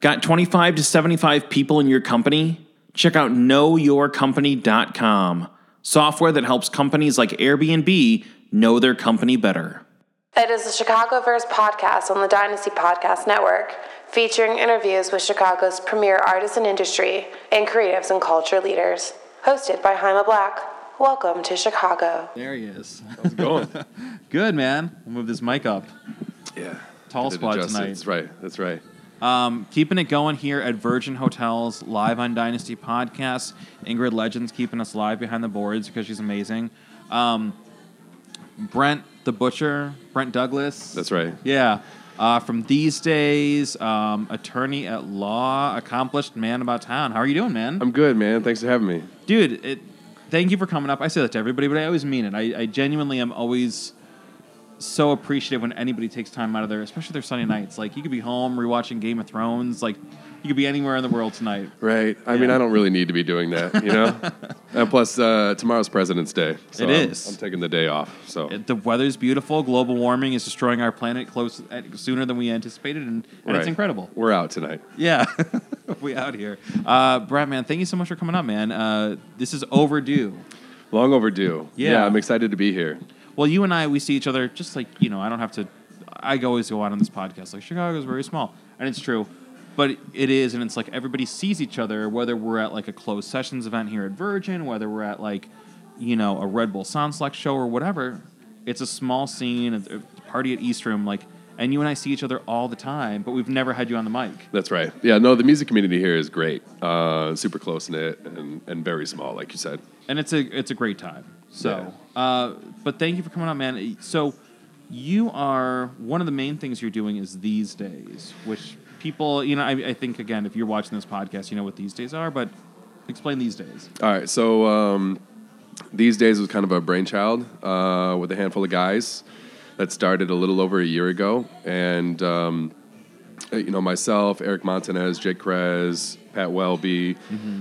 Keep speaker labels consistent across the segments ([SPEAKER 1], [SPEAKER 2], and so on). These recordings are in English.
[SPEAKER 1] Got 25 to 75 people in your company? Check out knowyourcompany.com, software that helps companies like Airbnb know their company better.
[SPEAKER 2] It is the Chicago Verse podcast on the Dynasty Podcast Network, featuring interviews with Chicago's premier artists and industry and creatives and culture leaders. Hosted by Haima Black. Welcome to Chicago.
[SPEAKER 3] There he is.
[SPEAKER 4] How's it going?
[SPEAKER 3] Good man. We'll move this mic up.
[SPEAKER 4] yeah.
[SPEAKER 3] Tall
[SPEAKER 4] Get it
[SPEAKER 3] spot
[SPEAKER 4] adjusted.
[SPEAKER 3] tonight.
[SPEAKER 4] That's right. That's right.
[SPEAKER 3] Um, keeping it going here at Virgin Hotels, live on Dynasty Podcast. Ingrid Legends keeping us live behind the boards because she's amazing. Um, Brent the Butcher, Brent Douglas.
[SPEAKER 4] That's right.
[SPEAKER 3] Yeah. Uh, from these days, um, attorney at law, accomplished man about town. How are you doing, man?
[SPEAKER 4] I'm good, man. Thanks for having me.
[SPEAKER 3] dude it, thank you for coming up i say that to everybody but i always mean it I, I genuinely am always so appreciative when anybody takes time out of their especially their sunday nights like you could be home rewatching game of thrones like you could be anywhere in the world tonight
[SPEAKER 4] Right. I mean, I don't really need to be doing that, you know? and plus, uh, tomorrow's President's Day. So
[SPEAKER 3] It
[SPEAKER 4] I'm-
[SPEAKER 3] is.
[SPEAKER 4] I'm, taking the day off. So
[SPEAKER 3] It- the weather's beautiful global warming is destroying our planet close at, sooner than we anticipated and, and
[SPEAKER 4] Right.
[SPEAKER 3] it's incredible
[SPEAKER 4] We're out tonight.
[SPEAKER 3] yeah we out here uh, brad man thank you so much for coming up man uh, this is overdue
[SPEAKER 4] Long overdue.
[SPEAKER 3] Yeah.
[SPEAKER 4] I'm excited to be here.
[SPEAKER 3] Well, you and I, we see each other just like, you know, I don't have to, I always go out on this podcast, like, Chicago's very small. And it's true. But it is, and it's like everybody sees each other, whether we're at like a closed sessions event here at Virgin, whether we're at like, you know, a Red Bull Sound Select show or whatever. It's a small scene, a a party at East Room, like, and you and I see each other all the time, but we've never had you on the mic.
[SPEAKER 4] That's right. Yeah, no, the music community here is great. Uh, super close knit and, and very small, like you said.
[SPEAKER 3] and it's a it's a great time. So, uh, but thank you for coming on, man. So, you are one of the main things you're doing is these days, which people, you know, I, I think again, if you're watching this podcast, you know what these days are, but explain these days.
[SPEAKER 4] All right, so um, these days was kind of a brainchild uh, with a handful of guys that started a little over a year ago, and um, uh, you know myself, Eric Montanez, Jake Krez, Pat Welby,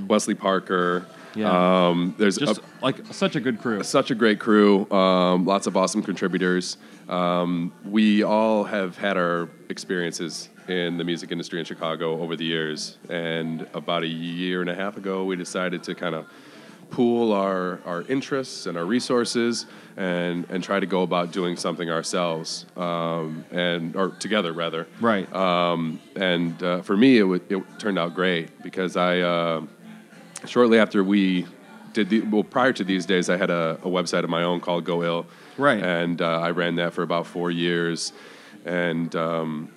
[SPEAKER 4] Wesley Parker.
[SPEAKER 3] Mm-hmm. Yeah.
[SPEAKER 4] um, there's
[SPEAKER 3] Just
[SPEAKER 4] a-
[SPEAKER 3] like such a good crew.
[SPEAKER 4] such a great crew, um, lots of awesome contributors. Um, we all have had our experiences in the music industry in Chicago over the years, and about a year and a half ago, we decided to kind of pool our, our interests and our resources and, and try to go about doing something ourselves um, and or together rather
[SPEAKER 3] Right.
[SPEAKER 4] um, and uh, for me, it, wa- it turned out great because I uh, shortly after we did the well prior to these days, I had a, a website of my own called Go Ill,
[SPEAKER 3] Right.
[SPEAKER 4] And uh, I ran that for about four years, and um,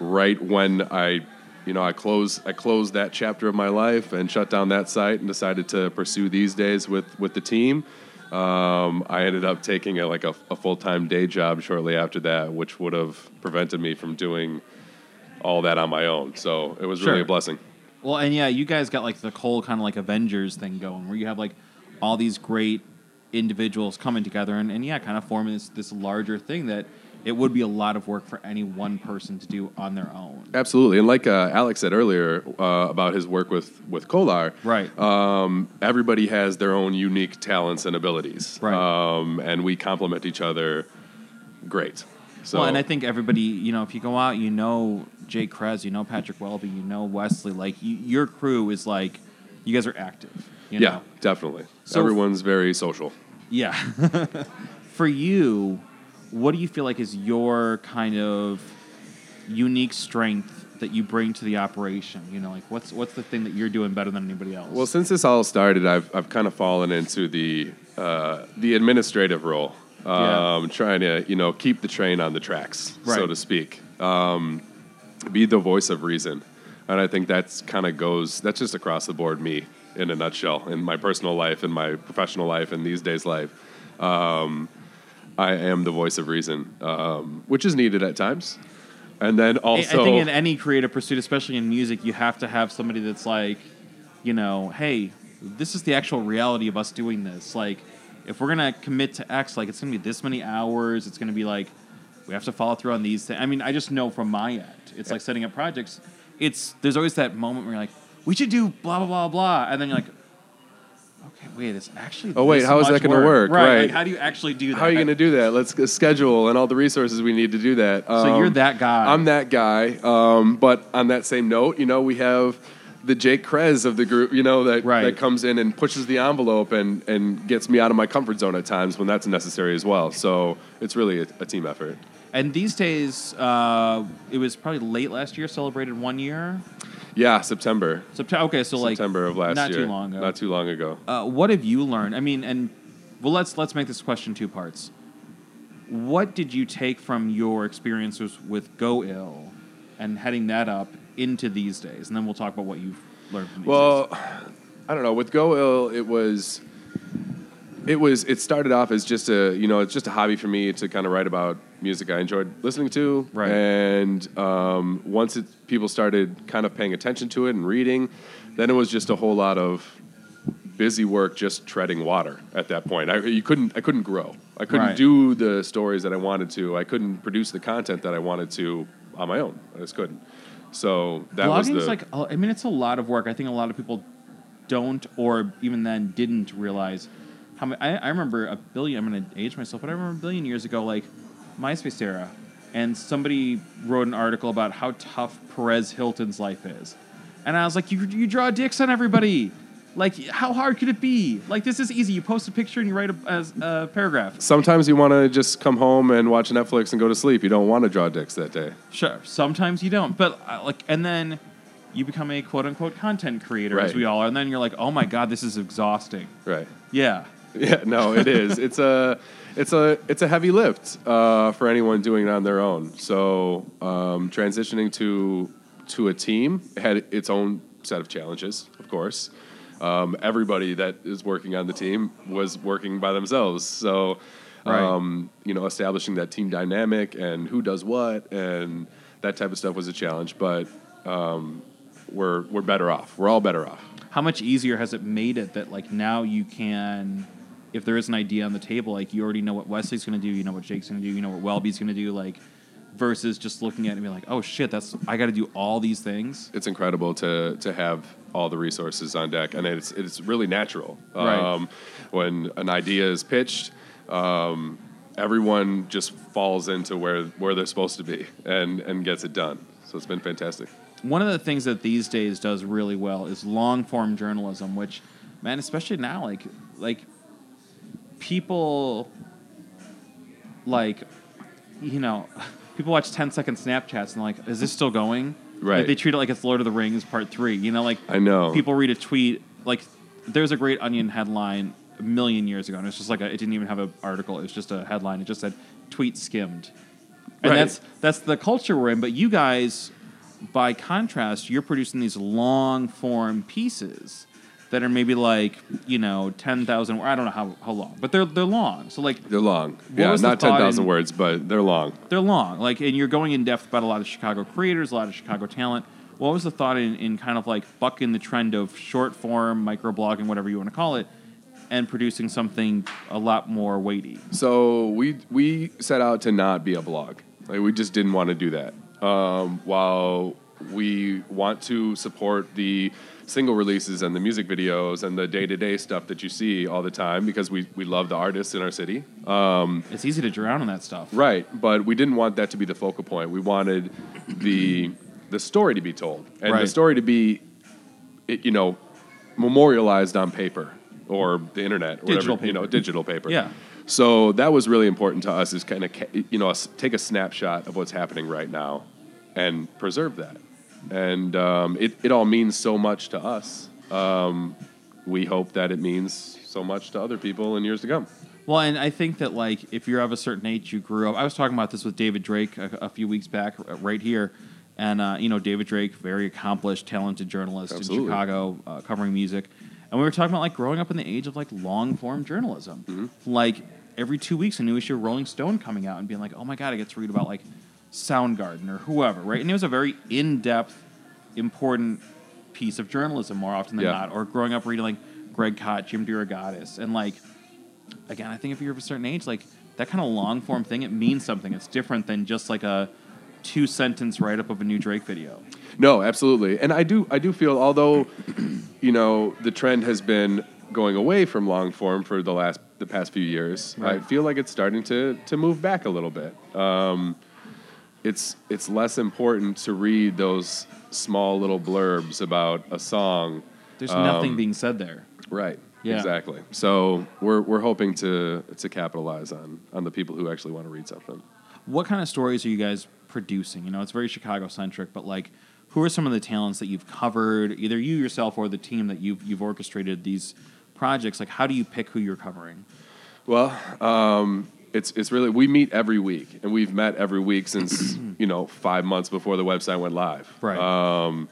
[SPEAKER 4] right when I. You know, I closed I closed that chapter of my life and shut down that site and decided to pursue these days with with the team. Um, I ended up taking a, like a, a full time day job shortly after that, which would have prevented me from doing all that on my own. So it was really
[SPEAKER 3] Sure.
[SPEAKER 4] a blessing.
[SPEAKER 3] Well, and yeah, you guys got like the whole kind of like Avengers thing going, where you have like all these great individuals coming together and, and yeah, kind of forming this this larger thing that it would be a lot of work for any one person to do on their own.
[SPEAKER 4] Absolutely, and like uh, Alex said earlier uh, about his work with with Kolar,
[SPEAKER 3] Right.
[SPEAKER 4] Um, everybody has their own unique talents and abilities,
[SPEAKER 3] Right.
[SPEAKER 4] Um, and we complement each other. Great. So
[SPEAKER 3] well, and I think everybody, you know, if you go out, you know Jay Krez, you know Patrick Welby, you know Wesley. Like you, your crew is like, you guys are active. You
[SPEAKER 4] yeah,
[SPEAKER 3] know?
[SPEAKER 4] definitely.
[SPEAKER 3] So-
[SPEAKER 4] Everyone's very social.
[SPEAKER 3] Yeah. For you, what do you feel like is your kind of unique strength that you bring to the operation? You know, like what's what's the thing that you're doing better than anybody else?
[SPEAKER 4] Well, since this all started, I've I've kind of fallen into the uh, the administrative role, um,
[SPEAKER 3] Yeah.
[SPEAKER 4] trying to you know keep the train on the tracks, so
[SPEAKER 3] Right.
[SPEAKER 4] to speak. Um, be the voice of reason, and I think that's kind of goes. That's just across the board me in a nutshell in my personal life, in my professional life, in these days' life. Um, I am the voice of reason, um, which is needed at times, and then
[SPEAKER 3] I-
[SPEAKER 4] also
[SPEAKER 3] I think in any creative pursuit, especially in music, you have to have somebody that's like, you know, hey, this is the actual reality of us doing this. Like, if we're gonna commit to X, like it's gonna be this many hours. It's gonna be like we have to follow through on these things. I mean, I just know from my end, it's like setting up projects. It's there's always that moment where you're like, we should do blah blah blah blah, and then you're like, okay, wait, it's actually.
[SPEAKER 4] Oh, wait,
[SPEAKER 3] this
[SPEAKER 4] how is
[SPEAKER 3] much
[SPEAKER 4] that gonna work?
[SPEAKER 3] Right.
[SPEAKER 4] Right.
[SPEAKER 3] Like, how do you actually do that?
[SPEAKER 4] How are you going to do that? Let's g- schedule and all the resources we need to do that.
[SPEAKER 3] So you're
[SPEAKER 4] Um,
[SPEAKER 3] that guy.
[SPEAKER 4] I'm that guy. Um, but on that same note, you know, we have the Jake Krez of the group, you know, that,
[SPEAKER 3] Right.
[SPEAKER 4] that comes in and pushes the envelope and, and gets me out of my comfort zone at times when that's necessary as well. So it's really a, a team effort.
[SPEAKER 3] And these days, uh, it was probably late last year. Celebrated one year.
[SPEAKER 4] Yeah, September.
[SPEAKER 3] September. Okay, so like
[SPEAKER 4] September of last
[SPEAKER 3] not
[SPEAKER 4] year.
[SPEAKER 3] too long ago.
[SPEAKER 4] Not too long ago.
[SPEAKER 3] uh, what have you learned? I mean, and well, let's let's make this question two parts. What did you take from your experiences with Go Ill and heading that up into these days? And then we'll talk about what you've learned from these
[SPEAKER 4] Well,
[SPEAKER 3] days.
[SPEAKER 4] I don't know. With Go Ill, it was, it was, it started off as just a, you know, it's just a hobby for me to kind of write about music I enjoyed listening to.
[SPEAKER 3] Right.
[SPEAKER 4] And um, once it, people started kind of paying attention to it and reading, then it was just a whole lot of busy work, just treading water at that point. I, you couldn't, I couldn't grow. I couldn't
[SPEAKER 3] Right.
[SPEAKER 4] do the stories that I wanted to. I couldn't produce the content that I wanted to on my own. I just couldn't. So that was
[SPEAKER 3] Blogging's
[SPEAKER 4] the
[SPEAKER 3] like a- I mean, it's a lot of work. I think a lot of people don't, or even then didn't realize how. Many, I, I remember a billion. I'm going to age myself, but I remember a billion years ago, like MySpace era, and somebody wrote an article about how tough Perez Hilton's life is, and I was like, you you draw dicks on everybody. Like, how hard could it be? Like, this is easy. You post a picture and you write a, a, a paragraph.
[SPEAKER 4] Sometimes you want to just come home and watch Netflix and go to sleep. You don't want to draw dicks that day.
[SPEAKER 3] Sure. Sometimes you don't, but uh, like, and then you become a quote unquote content creator, as
[SPEAKER 4] Right.
[SPEAKER 3] we all are, and then you're like, oh my god, this is exhausting.
[SPEAKER 4] Right.
[SPEAKER 3] Yeah.
[SPEAKER 4] Yeah, no, it is. It's a it's a it's a heavy lift uh, for anyone doing it on their own. So um, transitioning to to a team had its own set of challenges, of course. Um, everybody that is working on the team was working by themselves. So
[SPEAKER 3] Right.
[SPEAKER 4] um, you know, establishing that team dynamic and who does what and that type of stuff was a challenge, but um, we're we're better off. We're all better off.
[SPEAKER 3] How much easier has it made it that like now you can, if there is an idea on the table, like you already know what Wesley's going to do, you know what Jake's going to do, you know what Welby's going to do, like versus just looking at it and being like, oh shit, that's I got to do all these things.
[SPEAKER 4] it's incredible to to have all the resources on deck, and it's it's really natural. um,
[SPEAKER 3] Right.
[SPEAKER 4] when an idea is pitched, um, everyone just falls into where where they're supposed to be and and gets it done. So it's been fantastic.
[SPEAKER 3] one of the things that these days does really well is long form journalism, which, man, especially now, like, like people, like, you know, people watch 10 second Snapchats and like, is this still going?
[SPEAKER 4] Right.
[SPEAKER 3] Like, they treat it like it's Lord of the Rings Part Three. You know, like
[SPEAKER 4] I know.
[SPEAKER 3] people read a tweet like there's a great Onion headline a million years ago, and it's just like a, it didn't even have an article. It was just a headline. It just said tweet skimmed. And
[SPEAKER 4] Right.
[SPEAKER 3] that's that's the culture we're in. But you guys, by contrast, you're producing these long form pieces that are maybe like you know ten thousand. I don't know how, how long, but they're they're long. So like
[SPEAKER 4] They're long. yeah,
[SPEAKER 3] was the
[SPEAKER 4] not
[SPEAKER 3] thought
[SPEAKER 4] ten thousand
[SPEAKER 3] in-
[SPEAKER 4] words, but they're long.
[SPEAKER 3] they're long. Like, and you're going in depth about a lot of Chicago creators, a lot of Chicago talent. What was the thought in, in kind of like bucking the trend of short form, microblogging, whatever you want to call it, and producing something a lot more weighty?
[SPEAKER 4] So we we set out to not be a blog. Like we just didn't want to do that. Um, while we want to support the single releases and the music videos and the day to day stuff that you see all the time because we, we love the artists in our city.
[SPEAKER 3] It's easy to drown in that stuff.
[SPEAKER 4] Right, but we didn't want that to be the focal point. We wanted the the story to be told and the
[SPEAKER 3] Right.
[SPEAKER 4] story to be, it, you know, memorialized on paper or the internet, or
[SPEAKER 3] Digital
[SPEAKER 4] whatever, you know,
[SPEAKER 3] paper.
[SPEAKER 4] digital paper.
[SPEAKER 3] Yeah.
[SPEAKER 4] So that was really important to us is kind of you know s- take a snapshot of what's happening right now, and preserve that, and um, it it all means so much to us. Um, we hope that it means so much to other people in years to come.
[SPEAKER 3] Well, and I think that like if you're of a certain age, you grew up. I was talking about this with David Drake a, a few weeks back, uh, right here, and uh, you know David Drake, very accomplished, talented journalist
[SPEAKER 4] Absolutely.
[SPEAKER 3] in Chicago, uh, covering music, and we were talking about like growing up in the age of like long form journalism, like every two weeks a new issue of Rolling Stone coming out and being like, oh my god, I get to read about like Soundgarden or whoever, right? And it was a very in depth, important piece of journalism more often than
[SPEAKER 4] Yeah.
[SPEAKER 3] not. Or growing up reading like Greg Kot, Jim DeRogatis, and like again, I think if you're of a certain age, like that kind of long form thing, it means something. It's different than just like a two sentence write up of a new Drake video.
[SPEAKER 4] No, absolutely. And I do I do feel although you know the trend has been going away from long form for the last the past few years. I
[SPEAKER 3] Right.
[SPEAKER 4] feel like it's starting to to move back a little bit. Um, it's it's less important to read those small little blurbs about a song.
[SPEAKER 3] There's
[SPEAKER 4] Um,
[SPEAKER 3] nothing being said there.
[SPEAKER 4] Right.
[SPEAKER 3] Yeah.
[SPEAKER 4] Exactly. So we're we're hoping to to capitalize on on the people who actually want to read something.
[SPEAKER 3] What kind of stories are you guys producing? You know, it's very Chicago centric, but like, who are some of the talents that you've covered? Either you yourself or the team that you've you've orchestrated these projects. Like, how do you pick who you're covering?
[SPEAKER 4] Well, um, it's it's really we meet every week, and we've met every week since you know five months before the website went live.
[SPEAKER 3] Right.
[SPEAKER 4] Um,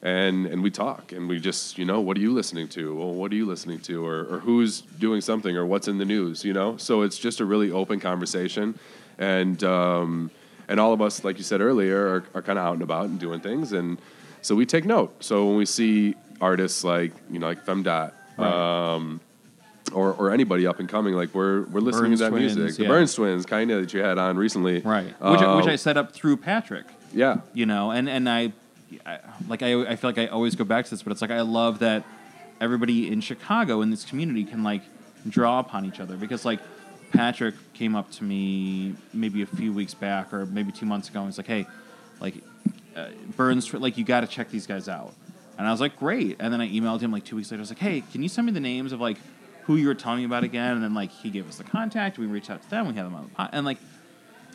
[SPEAKER 4] and and we talk, and we just you know what are you listening to? Well, what are you listening to? Or or who's doing something? Or what's in the news? You know. So it's just a really open conversation, and um, and all of us, like you said earlier, are, are kind of out and about and doing things, and so we take note. So when we see artists like you know like Femdot.
[SPEAKER 3] Right.
[SPEAKER 4] Um, or, or anybody up and coming, like we're we're listening
[SPEAKER 3] Burns
[SPEAKER 4] to that
[SPEAKER 3] Twins,
[SPEAKER 4] music.
[SPEAKER 3] yeah.
[SPEAKER 4] The Burns Twins, kind of that you had on recently,
[SPEAKER 3] Right.
[SPEAKER 4] Uh,
[SPEAKER 3] Which, I- which I set up through Patrick.
[SPEAKER 4] yeah,
[SPEAKER 3] you know and and I, I like I, I feel like i always go back to this but it's like i love that everybody in chicago in this community can like draw upon each other because like patrick came up to me maybe a few weeks back or maybe two months ago and was like hey like uh, burns Tw- like you got to check these guys out and i was like great and then i emailed him like two weeks later i was like hey can you send me the names of like who you were telling me about again and then like he gave us the contact we reached out to them we had them on the pot and like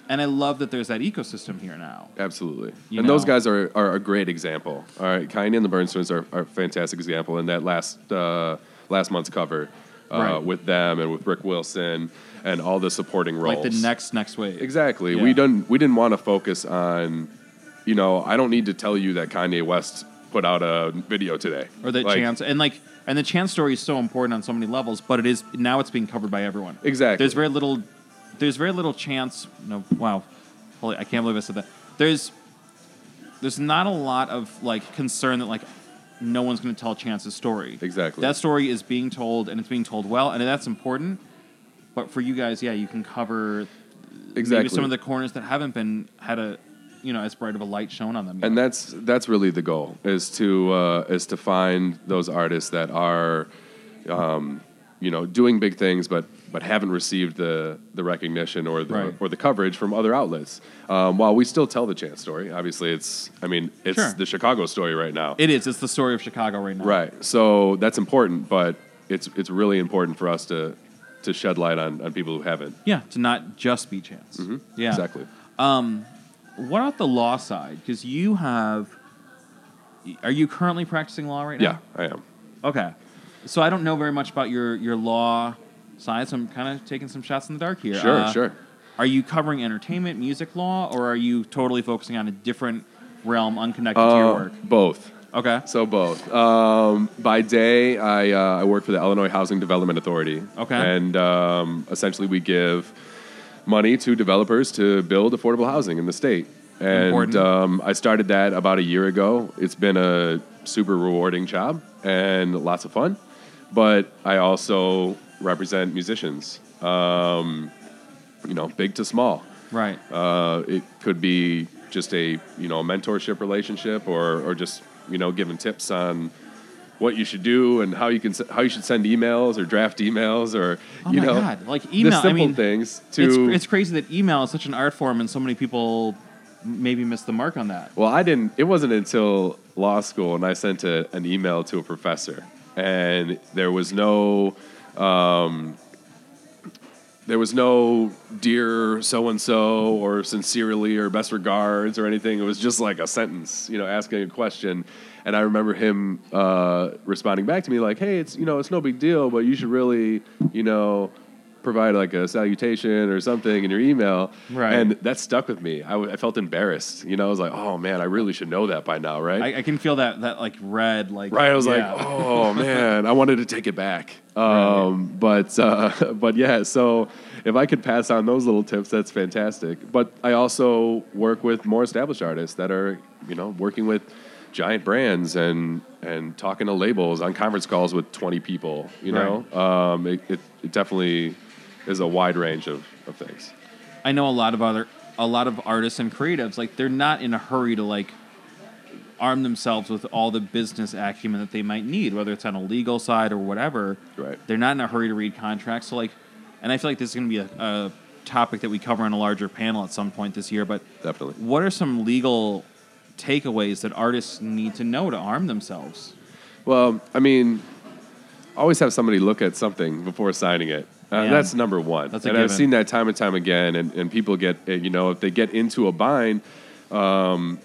[SPEAKER 3] and i love that there's that ecosystem here now
[SPEAKER 4] absolutely.
[SPEAKER 3] You
[SPEAKER 4] and those
[SPEAKER 3] know.
[SPEAKER 4] guys are, are a great example. All right, Kanye and the Burns Twins are, are a fantastic example in that last uh, last month's cover uh,
[SPEAKER 3] Right.
[SPEAKER 4] with them and with Rick Wilson and all the supporting roles.
[SPEAKER 3] Like the next next wave.
[SPEAKER 4] Exactly.
[SPEAKER 3] Yeah.
[SPEAKER 4] We didn't we didn't want to focus on, you know, I don't need to tell you that Kanye West put out a video today
[SPEAKER 3] Or that
[SPEAKER 4] Like,
[SPEAKER 3] chance and like and the chance story is so important on so many levels, but it is now it's being covered by everyone.
[SPEAKER 4] Exactly.
[SPEAKER 3] There's very little there's very little chance no wow. Holy I can't believe I said that. There's there's not a lot of like concern that like no one's going to tell Chance's story.
[SPEAKER 4] Exactly.
[SPEAKER 3] That story is being told and it's being told well and that's important. But for you guys, yeah, you can cover
[SPEAKER 4] Exactly.
[SPEAKER 3] maybe some of the corners that haven't been had a you know as bright of a light shown on them. yet.
[SPEAKER 4] and that's that's really the goal is to uh, is to find those artists that are um, you know doing big things but but haven't received the the recognition or the
[SPEAKER 3] Right.
[SPEAKER 4] or the coverage from other outlets um, while we still tell the chance story obviously it's i mean it's
[SPEAKER 3] Sure.
[SPEAKER 4] the chicago story right now
[SPEAKER 3] it is. It's the story of Chicago right now.
[SPEAKER 4] right so that's important but it's it's really important for us to to shed light on, on people who haven't
[SPEAKER 3] Yeah, to not just be chance. Yeah,
[SPEAKER 4] Mm-hmm. exactly
[SPEAKER 3] What about the law side? Because you have, are you currently practicing law right
[SPEAKER 4] yeah
[SPEAKER 3] now?
[SPEAKER 4] i am
[SPEAKER 3] Yeah. Okay. So I don't know very much about your your law side, so I'm kind of taking some shots in the dark here.
[SPEAKER 4] Sure,
[SPEAKER 3] Uh,
[SPEAKER 4] sure.
[SPEAKER 3] Are you covering entertainment, music law, or are you totally focusing on a different realm unconnected to your
[SPEAKER 4] Uh,
[SPEAKER 3] work?
[SPEAKER 4] both
[SPEAKER 3] Okay.
[SPEAKER 4] So both. Um, by day, I uh, I work for the Illinois Housing Development Authority.
[SPEAKER 3] Okay.
[SPEAKER 4] And um, essentially, we give money to developers to build affordable housing in the state. And
[SPEAKER 3] Important.
[SPEAKER 4] um, I started that about a year ago. It's been a super rewarding job and lots of fun. But I also represent musicians, um, you know, big to small.
[SPEAKER 3] Right.
[SPEAKER 4] Uh, it could be just a you know a mentorship relationship, or or just you know giving tips on what you should do and how you can s- how you should send emails or draft emails or
[SPEAKER 3] Oh
[SPEAKER 4] you
[SPEAKER 3] my
[SPEAKER 4] know
[SPEAKER 3] God, like email,
[SPEAKER 4] the
[SPEAKER 3] I
[SPEAKER 4] simple
[SPEAKER 3] mean,
[SPEAKER 4] things to
[SPEAKER 3] it's, it's crazy that email is such an art form, and so many people maybe miss the mark on that.
[SPEAKER 4] Well, I didn't. It wasn't until law school, and I sent a, an email to a professor, and there was no, um, there was no dear so and so or sincerely or best regards or anything. It was just like a sentence, you know, asking a question, and I remember him uh, responding back to me like, "Hey, it's you know, it's no big deal, but you should really, you know." Provide like a salutation or something in your email,
[SPEAKER 3] Right.
[SPEAKER 4] And that stuck with me. I, w- I felt embarrassed. You know, I was like, oh man, I really should know that by now, right?
[SPEAKER 3] I, I can feel that that like red like
[SPEAKER 4] right. I was
[SPEAKER 3] yeah.
[SPEAKER 4] like, oh man, I wanted to take it back. Um, But uh, but yeah, so if I could pass on those little tips, that's fantastic. But I also work with more established artists that are you know working with giant brands and and talking to labels on conference calls with 20 people. You know, um, it, it, it definitely is a wide range of, of things.
[SPEAKER 3] I know a lot of other a lot of artists and creatives like they're not in a hurry to like arm themselves with all the business acumen that they might need, whether it's on a legal side or whatever.
[SPEAKER 4] Right.
[SPEAKER 3] They're not in a hurry to read contracts. So like, and I feel like this is going to be a, a topic that we cover in a larger panel at some point this year. But
[SPEAKER 4] Definitely.
[SPEAKER 3] what are some legal takeaways that artists need to know to arm themselves?
[SPEAKER 4] Well, I mean, always have somebody look at something before signing it. Uh,
[SPEAKER 3] Yeah.
[SPEAKER 4] That's number one.
[SPEAKER 3] That's a
[SPEAKER 4] and I've
[SPEAKER 3] given.
[SPEAKER 4] seen that time and time again. And, and people get, uh, you know, if they get into a bind um,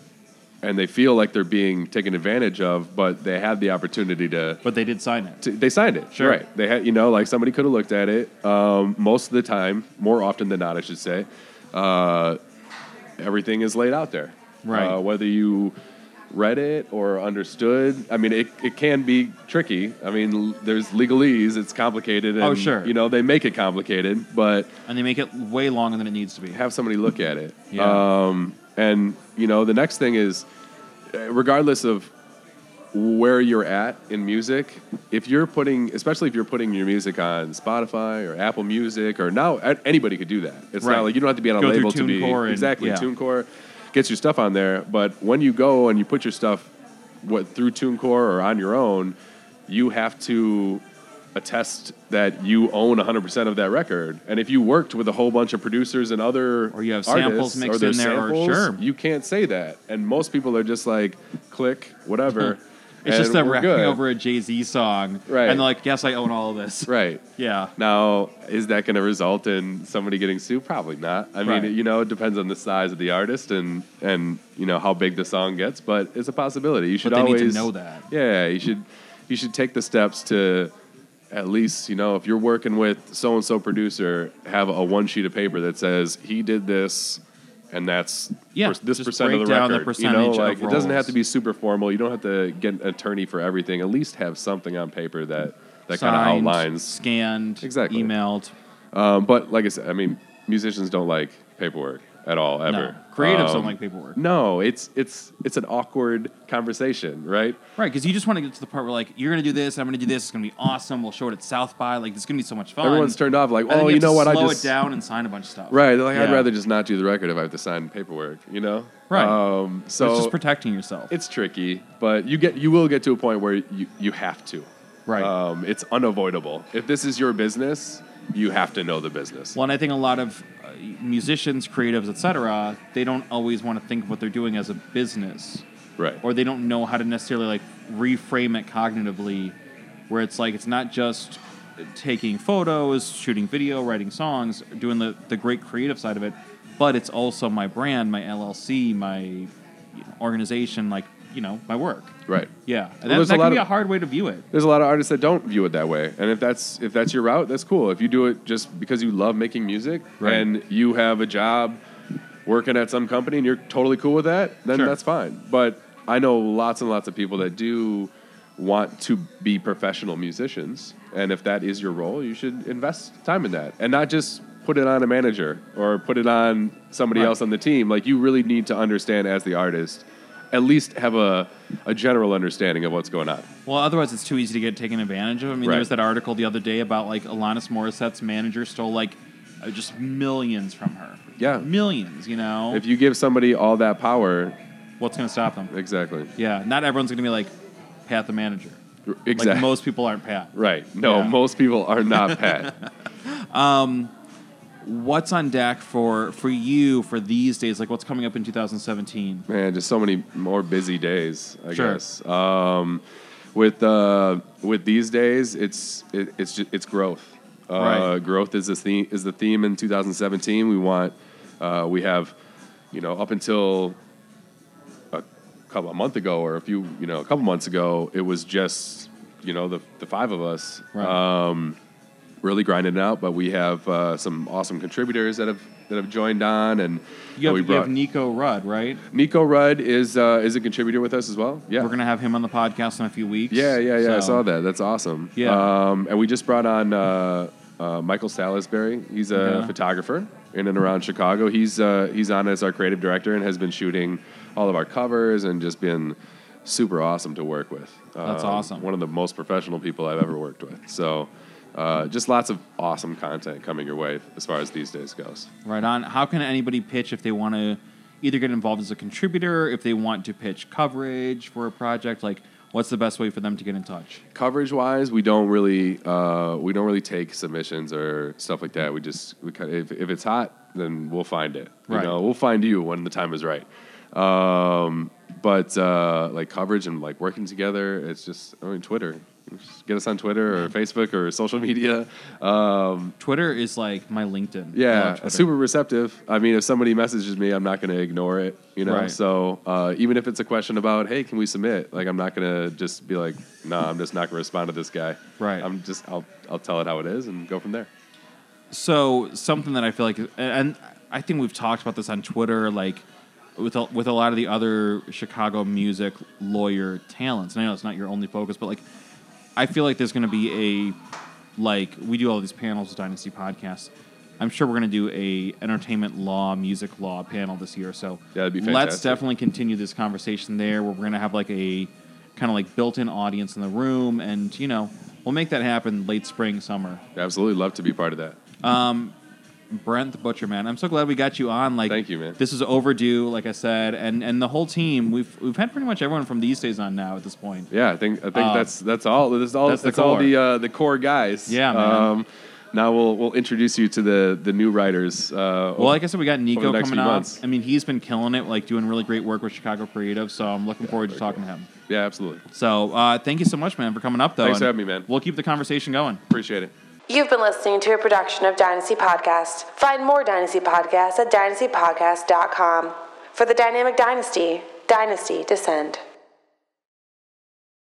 [SPEAKER 4] and they feel like they're being taken advantage of, but they had the opportunity to.
[SPEAKER 3] But they did sign it.
[SPEAKER 4] to they signed it.
[SPEAKER 3] Sure.
[SPEAKER 4] Right. They had, you know, like somebody could have looked at it. Um, most of the time, more often than not, I should say, uh, everything is laid out there.
[SPEAKER 3] Right.
[SPEAKER 4] Uh, whether you read it or understood, I mean, it, it can be tricky. I mean, l- there's legalese, it's complicated. And,
[SPEAKER 3] Oh, sure.
[SPEAKER 4] You know, they make it complicated, but
[SPEAKER 3] And they make it way longer than it needs to be.
[SPEAKER 4] have somebody look at it.
[SPEAKER 3] Yeah.
[SPEAKER 4] Um, and you know, the next thing is, uh, regardless of where you're at in music, if you're putting, especially if you're putting your music on Spotify or Apple Music, or now a- anybody could do that. It's
[SPEAKER 3] Right.
[SPEAKER 4] not like you don't have to be on a
[SPEAKER 3] Go through
[SPEAKER 4] label to be
[SPEAKER 3] TuneCore and-
[SPEAKER 4] exactly
[SPEAKER 3] yeah.
[SPEAKER 4] TuneCore gets your stuff on there. But when you go and you put your stuff what through TuneCore or on your own, you have to attest that you own 100% of that record. And if you worked with a whole bunch of producers and other
[SPEAKER 3] Or you have
[SPEAKER 4] artists,
[SPEAKER 3] samples mixed
[SPEAKER 4] or their
[SPEAKER 3] in there, or-
[SPEAKER 4] samples,
[SPEAKER 3] sure.
[SPEAKER 4] you can't say that. And most people are just like click whatever.
[SPEAKER 3] It's just
[SPEAKER 4] and
[SPEAKER 3] them
[SPEAKER 4] we're
[SPEAKER 3] rapping
[SPEAKER 4] good.
[SPEAKER 3] over a Jay Z song.
[SPEAKER 4] Right.
[SPEAKER 3] And they're like, yes, I own all of this.
[SPEAKER 4] Right.
[SPEAKER 3] Yeah.
[SPEAKER 4] Now, is that going to result in somebody getting sued? Probably not. I mean,
[SPEAKER 3] Right.
[SPEAKER 4] you know, it depends on the size of the artist and and you know how big the song gets, but it's a possibility. You should
[SPEAKER 3] they need to
[SPEAKER 4] always
[SPEAKER 3] know that.
[SPEAKER 4] Yeah, you should you should take the steps to at least you know if you're working with so and so producer, have a one sheet of paper that says he did this. And that's
[SPEAKER 3] Yeah,
[SPEAKER 4] per- this
[SPEAKER 3] just
[SPEAKER 4] percent
[SPEAKER 3] break
[SPEAKER 4] of the
[SPEAKER 3] down the
[SPEAKER 4] record. you know,
[SPEAKER 3] percentage of
[SPEAKER 4] like it doesn't have
[SPEAKER 3] roles.
[SPEAKER 4] to be super formal. You don't have to get an attorney for everything. At least have something on paper that that kind of
[SPEAKER 3] Signed,
[SPEAKER 4] outlines
[SPEAKER 3] Scanned.
[SPEAKER 4] Exactly.
[SPEAKER 3] Emailed.
[SPEAKER 4] um, but like I said, I mean, musicians don't like paperwork at all, ever.
[SPEAKER 3] No. Creatives
[SPEAKER 4] Um,
[SPEAKER 3] don't like paperwork.
[SPEAKER 4] No, it's it's it's an awkward conversation, right?
[SPEAKER 3] Right, because you just want to get to the part where like you're gonna do this, I'm gonna do this. It's gonna be awesome. We'll show it at South by. Like it's gonna be so much fun.
[SPEAKER 4] Everyone's turned off, like,
[SPEAKER 3] And then
[SPEAKER 4] oh,
[SPEAKER 3] have
[SPEAKER 4] you
[SPEAKER 3] to
[SPEAKER 4] know what? I
[SPEAKER 3] Slow
[SPEAKER 4] just
[SPEAKER 3] it down and sign a bunch of stuff.
[SPEAKER 4] right. Like, I'd
[SPEAKER 3] Yeah.
[SPEAKER 4] rather just not do the record if I have to sign paperwork, you know?
[SPEAKER 3] Right.
[SPEAKER 4] Um, so
[SPEAKER 3] it's just protecting yourself.
[SPEAKER 4] it's tricky, but you get you will get to a point where you you have to.
[SPEAKER 3] Right.
[SPEAKER 4] Um, it's unavoidable. If this is your business, you have to know the business.
[SPEAKER 3] Well, and I think a lot of uh, musicians, creatives, etc., they don't always want to think of what they're doing as a business,
[SPEAKER 4] right.
[SPEAKER 3] or they don't know how to necessarily like reframe it cognitively, where it's like it's not just taking photos, shooting video, writing songs, doing the the great creative side of it, but it's also my brand, my LLC, my you know, organization, like you know my work.
[SPEAKER 4] right.
[SPEAKER 3] Yeah, and that,
[SPEAKER 4] there's a
[SPEAKER 3] that
[SPEAKER 4] lot
[SPEAKER 3] can be
[SPEAKER 4] of-
[SPEAKER 3] a hard way to view it.
[SPEAKER 4] there's a lot of artists that don't view it that way and if that's if that's your route that's cool if you do it just because you love making music
[SPEAKER 3] Right.
[SPEAKER 4] and you have a job working at some company and you're totally cool with that then
[SPEAKER 3] Sure.
[SPEAKER 4] that's fine but i know lots and lots of people that do want to be professional musicians and if that is your role you should invest time in that and not just put it on a manager or put it on somebody
[SPEAKER 3] Right.
[SPEAKER 4] else on the team like you really need to understand as the artist at least have a, a general understanding of what's going on
[SPEAKER 3] Well, otherwise it's too easy to get taken advantage of. I mean,
[SPEAKER 4] Right.
[SPEAKER 3] there was that article the other day about like Alanis Morissette's manager stole like uh, just millions from her.
[SPEAKER 4] Yeah.
[SPEAKER 3] millions. You know,
[SPEAKER 4] If you give somebody all that power,
[SPEAKER 3] what's going to stop them?
[SPEAKER 4] exactly.
[SPEAKER 3] Yeah, not everyone's going to be like Pat the manager.
[SPEAKER 4] Exactly.
[SPEAKER 3] Like most people aren't Pat.
[SPEAKER 4] right. No,
[SPEAKER 3] Yeah.
[SPEAKER 4] most people are not Pat.
[SPEAKER 3] What's on deck for for you for these days? Like what's coming up in 2017?
[SPEAKER 4] Man, just so many more busy days, I
[SPEAKER 3] Sure.
[SPEAKER 4] guess. Um, with uh, with these days, it's it, it's ju- it's growth. Uh,
[SPEAKER 3] Right.
[SPEAKER 4] Growth is the theme is the theme in 2017. We want uh, we have you know up until couple a month ago or a few you know a couple months ago it was just you know the, the five of us
[SPEAKER 3] Right.
[SPEAKER 4] um, really grinding it out but we have uh, some awesome contributors that have that have joined on and
[SPEAKER 3] You have,
[SPEAKER 4] Uh, we
[SPEAKER 3] you have
[SPEAKER 4] brought
[SPEAKER 3] Nico Rudd, right?
[SPEAKER 4] Nico Rudd is uh, is a contributor with us as well yeah
[SPEAKER 3] We're going to have him on the podcast in a few weeks.
[SPEAKER 4] yeah yeah yeah I
[SPEAKER 3] So-
[SPEAKER 4] saw that that's awesome
[SPEAKER 3] Yeah.
[SPEAKER 4] um, and we just brought on uh, uh, Michael Salisbury he's a
[SPEAKER 3] Okay.
[SPEAKER 4] photographer in and around Chicago he's uh, he's on as our creative director and has been shooting all of our covers and just been super awesome to work with
[SPEAKER 3] That's
[SPEAKER 4] um,
[SPEAKER 3] awesome.
[SPEAKER 4] One of the most professional people I've ever worked with. So, uh, just lots of awesome content coming your way as far as these days goes.
[SPEAKER 3] Right on. How can anybody pitch if they want to either get involved as a contributor, if they want to pitch coverage for a project, like what's the best way for them to get in touch?
[SPEAKER 4] coverage wise, we don't really uh, we don't really take submissions or stuff like that. We just we kind of, if if it's hot, then we'll find it. You
[SPEAKER 3] Right.
[SPEAKER 4] know, we'll find you when the time is right. Um, but uh, like coverage and like working together, it's just I mean Twitter. Just get us on Twitter or Facebook or social media. Um,
[SPEAKER 3] Twitter is like my LinkedIn. I love
[SPEAKER 4] yeah,
[SPEAKER 3] Twitter.
[SPEAKER 4] super receptive. I mean, if somebody messages me, I'm not going to ignore it. You know,
[SPEAKER 3] Right.
[SPEAKER 4] so uh, even if it's a question about, hey, can we submit? Like, I'm not going to just be like, nah, I'm just not going to respond to this guy.
[SPEAKER 3] Right.
[SPEAKER 4] I'm just, I'll, I'll tell it how it is and go from there.
[SPEAKER 3] so something that I feel like, and I think we've talked about this on Twitter, like with a, with a lot of the other Chicago music lawyer talents. And I know it's not your only focus, but like I feel like there's going to be a like we do all these panels with Dynasty Podcasts. I'm sure we're going to do a entertainment law, music law panel this year. So
[SPEAKER 4] That'd be
[SPEAKER 3] let's
[SPEAKER 4] fantastic.
[SPEAKER 3] definitely continue this conversation there, where we're going to have like a kind of like built-in audience in the room, and you know we'll make that happen late spring, summer.
[SPEAKER 4] Absolutely love to be part of that.
[SPEAKER 3] Brent the Butcher, man. I'm so glad we got you on. Like,
[SPEAKER 4] Thank you, man.
[SPEAKER 3] This is overdue, like I said, and and the whole team. We've we've had pretty much everyone from these days on now at this point.
[SPEAKER 4] Yeah, I think I think
[SPEAKER 3] Uh,
[SPEAKER 4] that's that's all. That's all.
[SPEAKER 3] that's
[SPEAKER 4] That's,
[SPEAKER 3] the
[SPEAKER 4] all
[SPEAKER 3] core.
[SPEAKER 4] the uh, the core guys. Um,
[SPEAKER 3] Yeah, man.
[SPEAKER 4] now we'll we'll introduce you to the the new writers. Uh,
[SPEAKER 3] Well, like I said, we got Nico
[SPEAKER 4] Over the next
[SPEAKER 3] coming
[SPEAKER 4] few
[SPEAKER 3] on.
[SPEAKER 4] months.
[SPEAKER 3] I mean, he's been killing it, like doing really great work with Chicago Creative. So I'm looking forward to talking to him.
[SPEAKER 4] yeah, absolutely.
[SPEAKER 3] So uh, thank you so much, man, for coming up though.
[SPEAKER 4] Thanks for
[SPEAKER 3] and
[SPEAKER 4] having me, man.
[SPEAKER 3] We'll keep the conversation going.
[SPEAKER 4] Appreciate it.
[SPEAKER 2] You've been listening to a production of Dynasty Podcast. Find more Dynasty Podcasts at dynastypodcast.com. For the Dynamic Dynasty, Dynasty Descend.